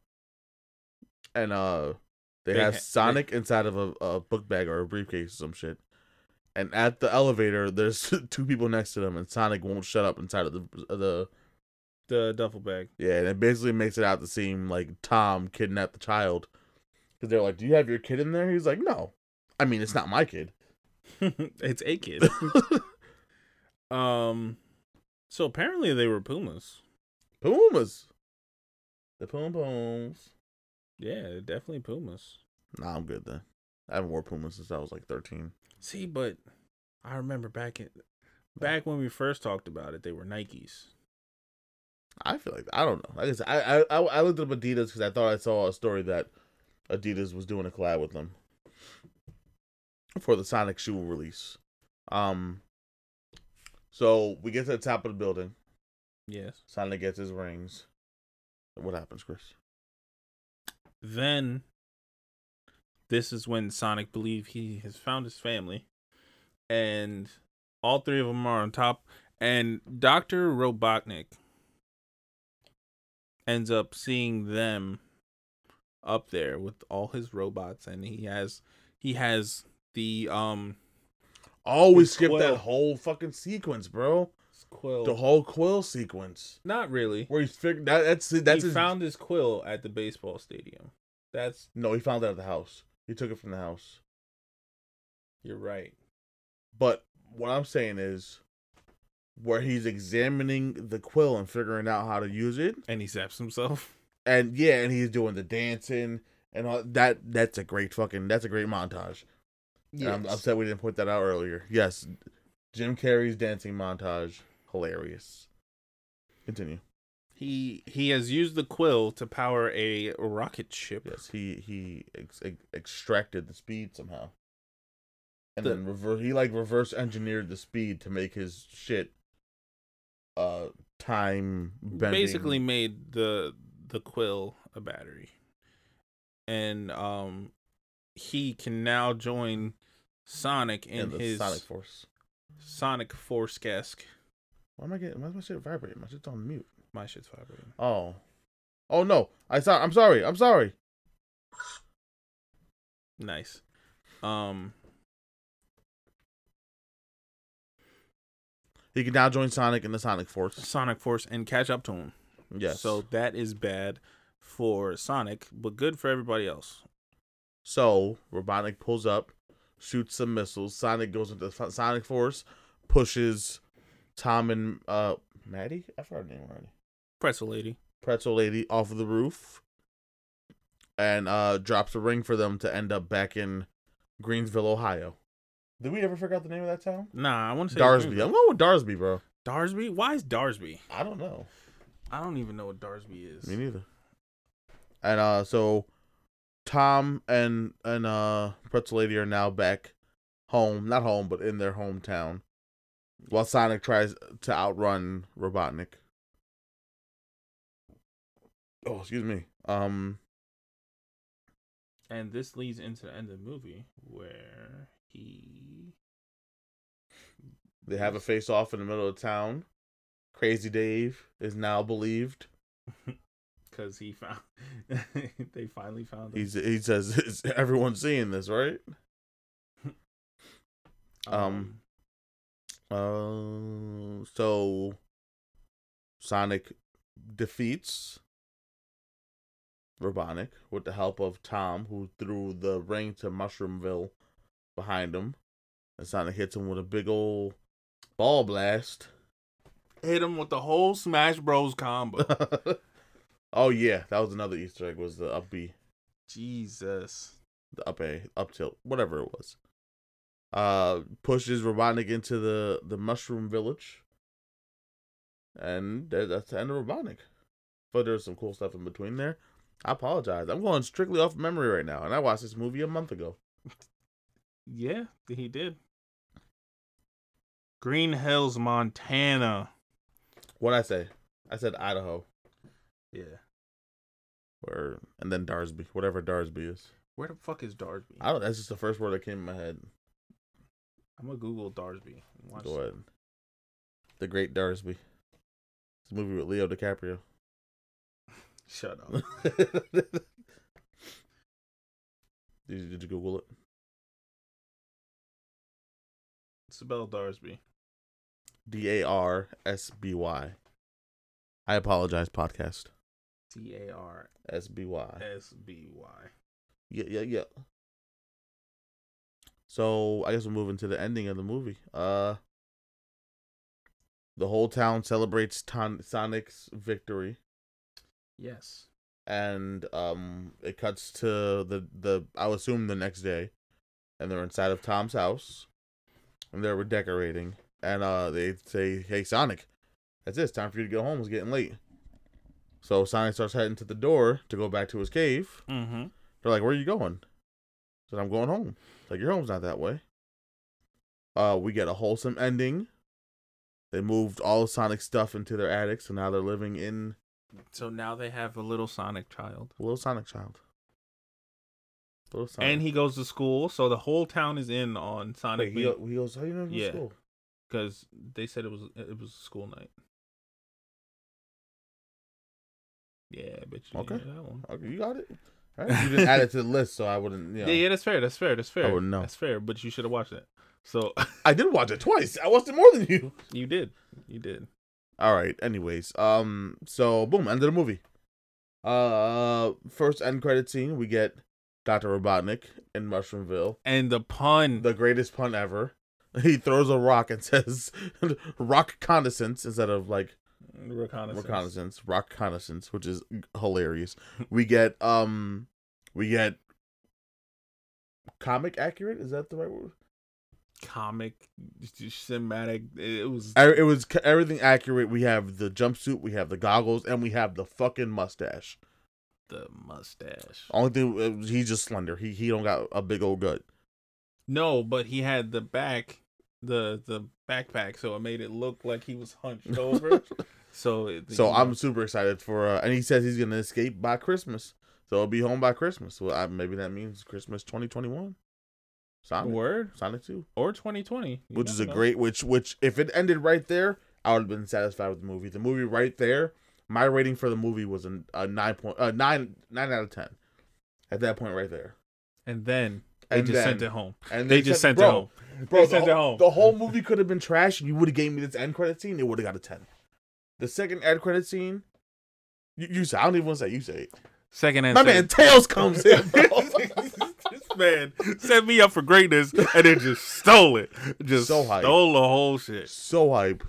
A: and uh they,
B: They
A: have
B: ha- they-
A: Sonic inside of a, a book bag or a briefcase or some shit. And at the elevator, there's two people next to them, and Sonic won't shut up inside of the of the
B: The duffel bag.
A: yeah, and it basically makes it out to seem like Tom kidnapped the child. Because they're like, Do you have your kid in there? He's like, No. I mean, it's not my kid.
B: it's a kid. um, so apparently they were pumas.
A: Pumas. The Pum Pums.
B: Yeah, they're definitely pumas.
A: Nah, I'm good then. I haven't worn Pumas since I was like 13.
B: See, but I remember back in back when we first talked about it, they were Nikes.
A: I feel like I don't know. Like I said, I I, I, I looked up Adidas because I thought I saw a story that Adidas was doing a collab with them for the Sonic shoe release. Um. So we get to the top of the building.
B: Yes.
A: Sonic gets his rings. What happens, Chris?
B: Then this is when Sonic believes he has found his family, and all three of them are on top. And Doctor Robotnik ends up seeing them up there with all his robots, and he has he has the um
A: Oh, we
B: His
A: skipped
B: quill.
A: that whole fucking sequence, bro.
B: quill.
A: The whole quill sequence
B: Not really.
A: where he's figured that, that's that's
B: he
A: his,
B: found his quill at the baseball stadium. That's
A: No, he found it at the house. He took it from the house.
B: you're right.
A: But what I'm saying is, where he's examining the quill and figuring out how to use it,
B: And he zaps himself.
A: and yeah, and he's doing the dancing and all that. That's a great fucking. That's a great montage. Yeah, I'm upset we didn't point that out earlier. Yes, Jim Carrey's dancing montage, hilarious. Continue.
B: He he has used the quill to power a rocket ship.
A: Yes, he he ex- ex- extracted the speed somehow, and
B: The-
A: then reverse. He like reverse engineered the speed to make his shit, uh, time bending.
B: Basically made the the quill a battery. And um he can now join Sonic in
A: and the
B: his
A: Sonic
B: Sonic,
A: Force.
B: Force esque.
A: Why am I getting? Why is my shit vibrating? My shit's on mute.
B: My shit's vibrating.
A: Oh, oh no! I saw. I'm sorry. I'm sorry.
B: Nice. Um
A: He can now join Sonic in the Sonic Force.
B: Sonic Force and catch up to him.
A: Yes.
B: So that is bad for Sonic, but good for everybody else.
A: So Robotnik pulls up, shoots some missiles. Sonic goes into Fo- Sonic Force, pushes Tom and uh Maddie. I forgot her name already.
B: Pretzel lady.
A: Pretzel lady off of the roof, and uh drops a ring for them to end up back in Greensville, Ohio. Did we ever figure out the name of that town?
B: Nah, I want to say
A: Darsby. I'm going with Darsby, bro.
B: Darsby? Why is Darsby?
A: I don't know.
B: I don't even know what Darsby is.
A: Me neither. And uh, so Tom and and uh, Pretzel Lady are now back home, not home, but in their hometown, while Sonic tries to outrun Robotnik. Oh, excuse me. Um,
B: And this leads into the end of the movie where he
A: they have a face off in the middle of town. Crazy Dave is now believed.
B: because he found they finally found him.
A: He's he says everyone's seeing this, right? um, Uh, so Sonic defeats Robotnik with the help of Tom, who threw the ring to Mushroomville behind him. And Sonic hits him with a big old ball blast.
B: hit him with the whole Smash Bros combo.
A: Oh yeah, that was another Easter egg. Was the up B,
B: Jesus.
A: the up A, up tilt, whatever it was. Uh, pushes Robotnik into the the Mushroom Village, and that, that's the end of Robotnik. But there's some cool stuff in between there. I apologize. I'm going strictly off memory right now, and I watched this movie a month ago.
B: Yeah, he did. Green Hills, Montana.
A: What I say? I said Idaho,
B: Yeah.
A: or and then Darsby, whatever Darsby is.
B: Where the fuck is Darsby?
A: I don't. That's just the first word that came in my head.
B: I'm gonna Google Darsby. and watch-
A: Go ahead. The Great Darsby. It's a movie with Leo DiCaprio.
B: Shut up.
A: did, you, did you Google it?
B: Spell Darsby.
A: D A R S B Y. I apologize, podcast.
B: T A R
A: S B Y.
B: S B Y.
A: Yeah, yeah, yeah. So I guess we're moving to the ending of the movie. Uh, the whole town celebrates Ton- Sonic's victory.
B: Yes.
A: and um it cuts to the the I'll assume the next day, and they're inside of Tom's house, and they're decorating, and uh they say, "Hey Sonic, that's it. It's time for you to go home. It's getting late." So Sonic starts heading to the door to go back to his cave.
B: Mm-hmm.
A: They're like, "Where are you going?" He Said, "I'm going home." Like your home's not that way. Uh, we get a wholesome ending. They moved all of Sonic's stuff into their attic, so now they're living in
B: So now they have a little Sonic child.
A: Little Sonic Child. Little Sonic.
B: And he goes to school, so the whole town is in on Sonic
A: Wait, he, go- he goes, "How you never yeah.
B: Yeah.
A: school?"
B: because they said it was it was school night. Yeah, I bet you didn't
A: Okay.
B: get that one.
A: Okay, you got it. All right, you didn't add it to the list, so I wouldn't. You
B: Yeah.
A: know.
B: yeah, that's fair. That's fair. That's fair.
A: wouldn't know.
B: That's fair. But you should have watched it. So
A: I did watch it twice. I watched it more than you.
B: you did. You did.
A: All right. Anyways, um, so boom, end of the movie. Uh, first end credit scene, we get Doctor Robotnik in Mushroomville.
B: And the pun.
A: The greatest pun ever. He throws a rock and says rock condescence instead of like
B: reconnaissance.
A: reconnaissance, rock reconnaissance, which is hilarious. We get um, we get comic accurate. Is that the right word?
B: Comic, cinematic. It was.
A: I, E, it was c- everything accurate. We have the jumpsuit, we have the goggles, and we have the fucking mustache.
B: the mustache.
A: Only thing uh, he's just slender. He he don't got a big old gut.
B: No, but he had the back, the the backpack, so it made it look like he was hunched over. so it,
A: So I'm super excited for. Uh, and he says he's gonna escape by Christmas. So he'll be home by Christmas. Well, I, maybe that means Christmas 2021. Sonic,
B: word
A: Sonic Two.
B: or 2020, you
A: which is a
B: never know.
A: great which which if it ended right there i would have been satisfied with the movie the movie right there my rating for the movie was a, a 9 point uh, 9 9 out of 10 at that point right there
B: And then they
A: and
B: just
A: then-
B: sent it home.
A: and
B: They, just sent
A: bro,
B: it home.
A: bro,
B: They
A: the
B: sent it
A: whole-
B: home.
A: the whole movie could have been trash and you would have gave me this end credit scene it would have got a 10 the second end credit scene you, you say i don't even want to say it, you say it.
B: Second and
A: my
B: second.
A: man tails comes in bro.
B: this man set me up for greatness and then just stole it. Just
A: So hype.
B: stole the whole shit.
A: so hype.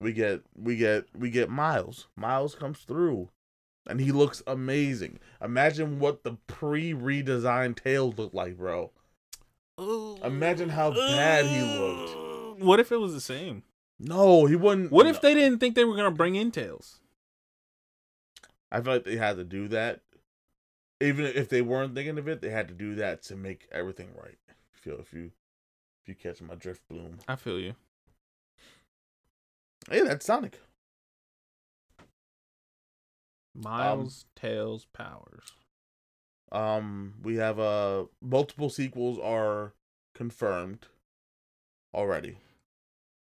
A: We get we get we get Miles. Miles comes through, and he looks amazing. Imagine what the pre redesigned tails looked like, bro. Imagine how bad he looked.
B: looked. Uh, What if it was the same?
A: No, he wouldn't.
B: What if they didn't think they were gonna bring in tails?
A: I feel like they had to do that. Even if they weren't thinking of it, they had to do that to make everything right. I feel if you if you catch my drift, bloom.
B: I feel you.
A: Hey, that's Sonic.
B: Miles, tails, powers.
A: Um, we have uh multiple sequels are confirmed already.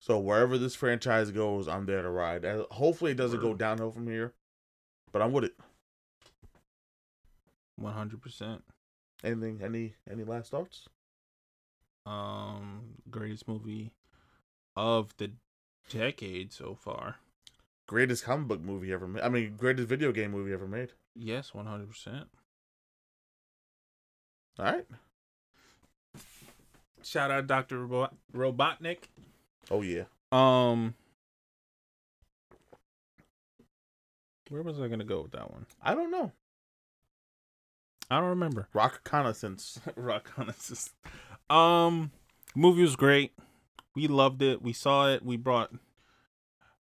A: So wherever this franchise goes, I'm there to ride. And hopefully, it doesn't go
B: Word.
A: downhill from here, but I'm with it.
B: One hundred percent.
A: Anything? Any? Any last thoughts?
B: Um, greatest movie of the decade so far.
A: Greatest comic book movie ever made. I mean, greatest video game movie ever made.
B: Yes, one hundred percent.
A: All right.
B: Shout out Doctor Robo- Robotnik.
A: Oh yeah.
B: Um, Where was I gonna go with that one?
A: I don't know.
B: I don't remember.
A: Rock Connaissance.
B: Rock Reconnaissance. Um, movie was great. We loved it. We saw it. We brought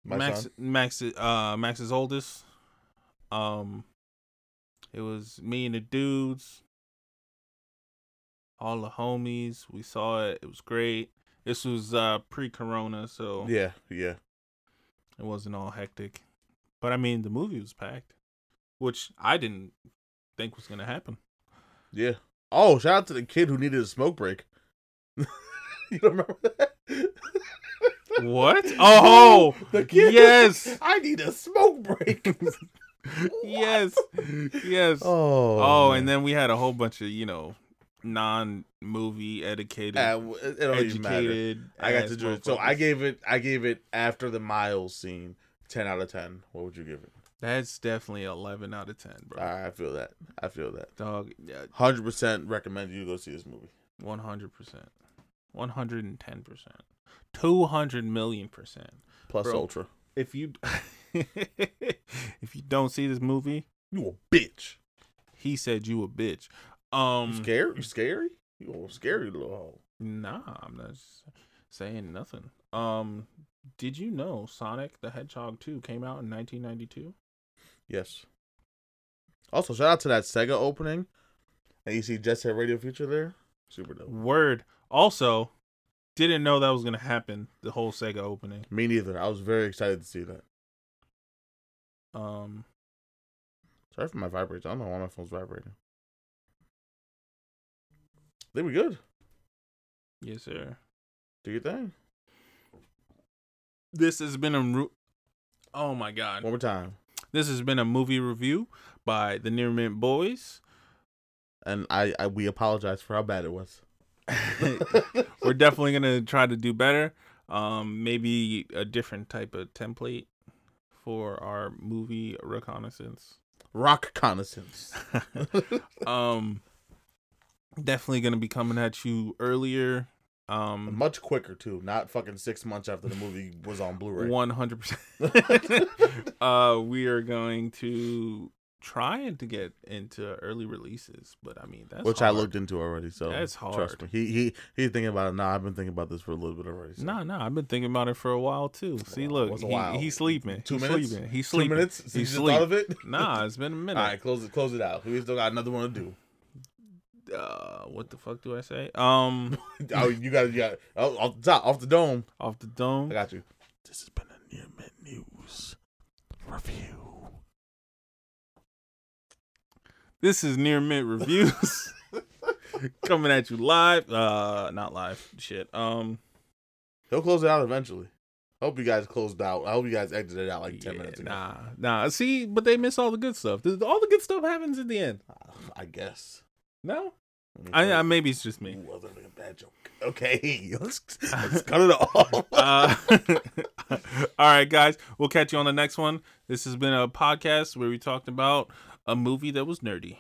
A: My
B: Max
A: son.
B: Max uh Max's oldest. Um it was me and the dudes. All the homies. We saw it. It was great. This was uh pre corona, so
A: Yeah, yeah.
B: it wasn't all hectic. But I mean the movie was packed. Which I didn't think was gonna happen.
A: Yeah. Oh, shout out to the kid who needed a smoke break. you don't remember that?
B: what? Oh
A: the kid.
B: yes.
A: I need a smoke break.
B: yes. Yes.
A: Oh.
B: Oh, and then we had a whole bunch of you know non movie educated,
A: Uh, it don't even matter.
B: educated.
A: I got
B: ass
A: to do it. So I
B: motherfuckers.
A: gave it. I gave it after the Miles scene. Ten out of ten. What would you give it?
B: that's definitely eleven out of ten, bro.
A: I I feel that. I feel that.
B: Dog,
A: Hundred percent recommend you go see this movie.
B: one hundred percent, one hundred and ten percent, two hundred million percent.
A: Plus
B: Bro.
A: Ultra.
B: If you if you don't see this movie,
A: You a bitch.
B: he said you a bitch.
A: You
B: Um,
A: scary? You scary? You a scary little hoe.
B: nah, I'm not s- saying nothing. Um, did you know Sonic the Hedgehog two came out in nineteen ninety two?
A: Yes. Also, shout out to that Sega opening. And you see Jet Set Radio Future there. Super dope.
B: Word. Also, didn't know that was gonna happen. The whole Sega opening.
A: Me neither. I was very excited to see that.
B: Um,
A: Sorry for my vibrator. I don't know why my phone's vibrating. I think we good.
B: yes, sir.
A: Do your thing.
B: This has been a. Ru- oh my
A: One
B: god.
A: more time.
B: This has been a movie review by the Near Mint Boys.
A: And I, I we apologize for how bad it was.
B: We're definitely gonna try to do better. Um, maybe a different type of template for our movie reconnaissance.
A: Rock connaissance.
B: um, definitely gonna be coming at you earlier. Um,
A: Much quicker too. Not fucking six months after the movie was on Blu-ray.
B: One hundred percent. Uh, we are going to trying to get into early releases, but I mean that's
A: Which I
B: hard.
A: looked into already, so
B: That's
A: Trust
B: hard.
A: me. He he he's thinking about it now. I've been thinking about this for a little bit already. so.
B: Nah, nah, I've been thinking about it for a while too. See,
A: Wow,
B: look,
A: what's a
B: he,
A: while?
B: he's sleeping.
A: Two
B: he's
A: minutes?
B: Sleeping. He's
A: Two
B: sleeping.
A: minutes since you
B: He's
A: just thought of
B: sleeping.
A: it.
B: Nah, it's been a
A: All
B: minute.
A: right, close it. Close it out. We still got another one to do.
B: Uh, what the fuck do I say? Um,
A: Oh, you got you got oh, off the top, off the dome.
B: off the dome.
A: I got you. This has been a near mint news review.
B: This is near mint reviews coming at you live. Uh, not live. Shit. Um,
A: He'll close it out eventually. Hope you guys closed out. I hope you guys exited out like ten
B: yeah,
A: minutes ago.
B: Nah, nah. See, but they miss all the good stuff. Th- All the good stuff happens at the end.
A: Ah, I guess.
B: No,
A: Let me
B: I, I
A: try-
B: maybe it's just me.
A: Ooh, I was gonna make a bad joke. Okay, let's let's cut it off.
B: Uh, all right, guys, we'll catch you on the next one. This has been a podcast where we talked about a movie that was nerdy.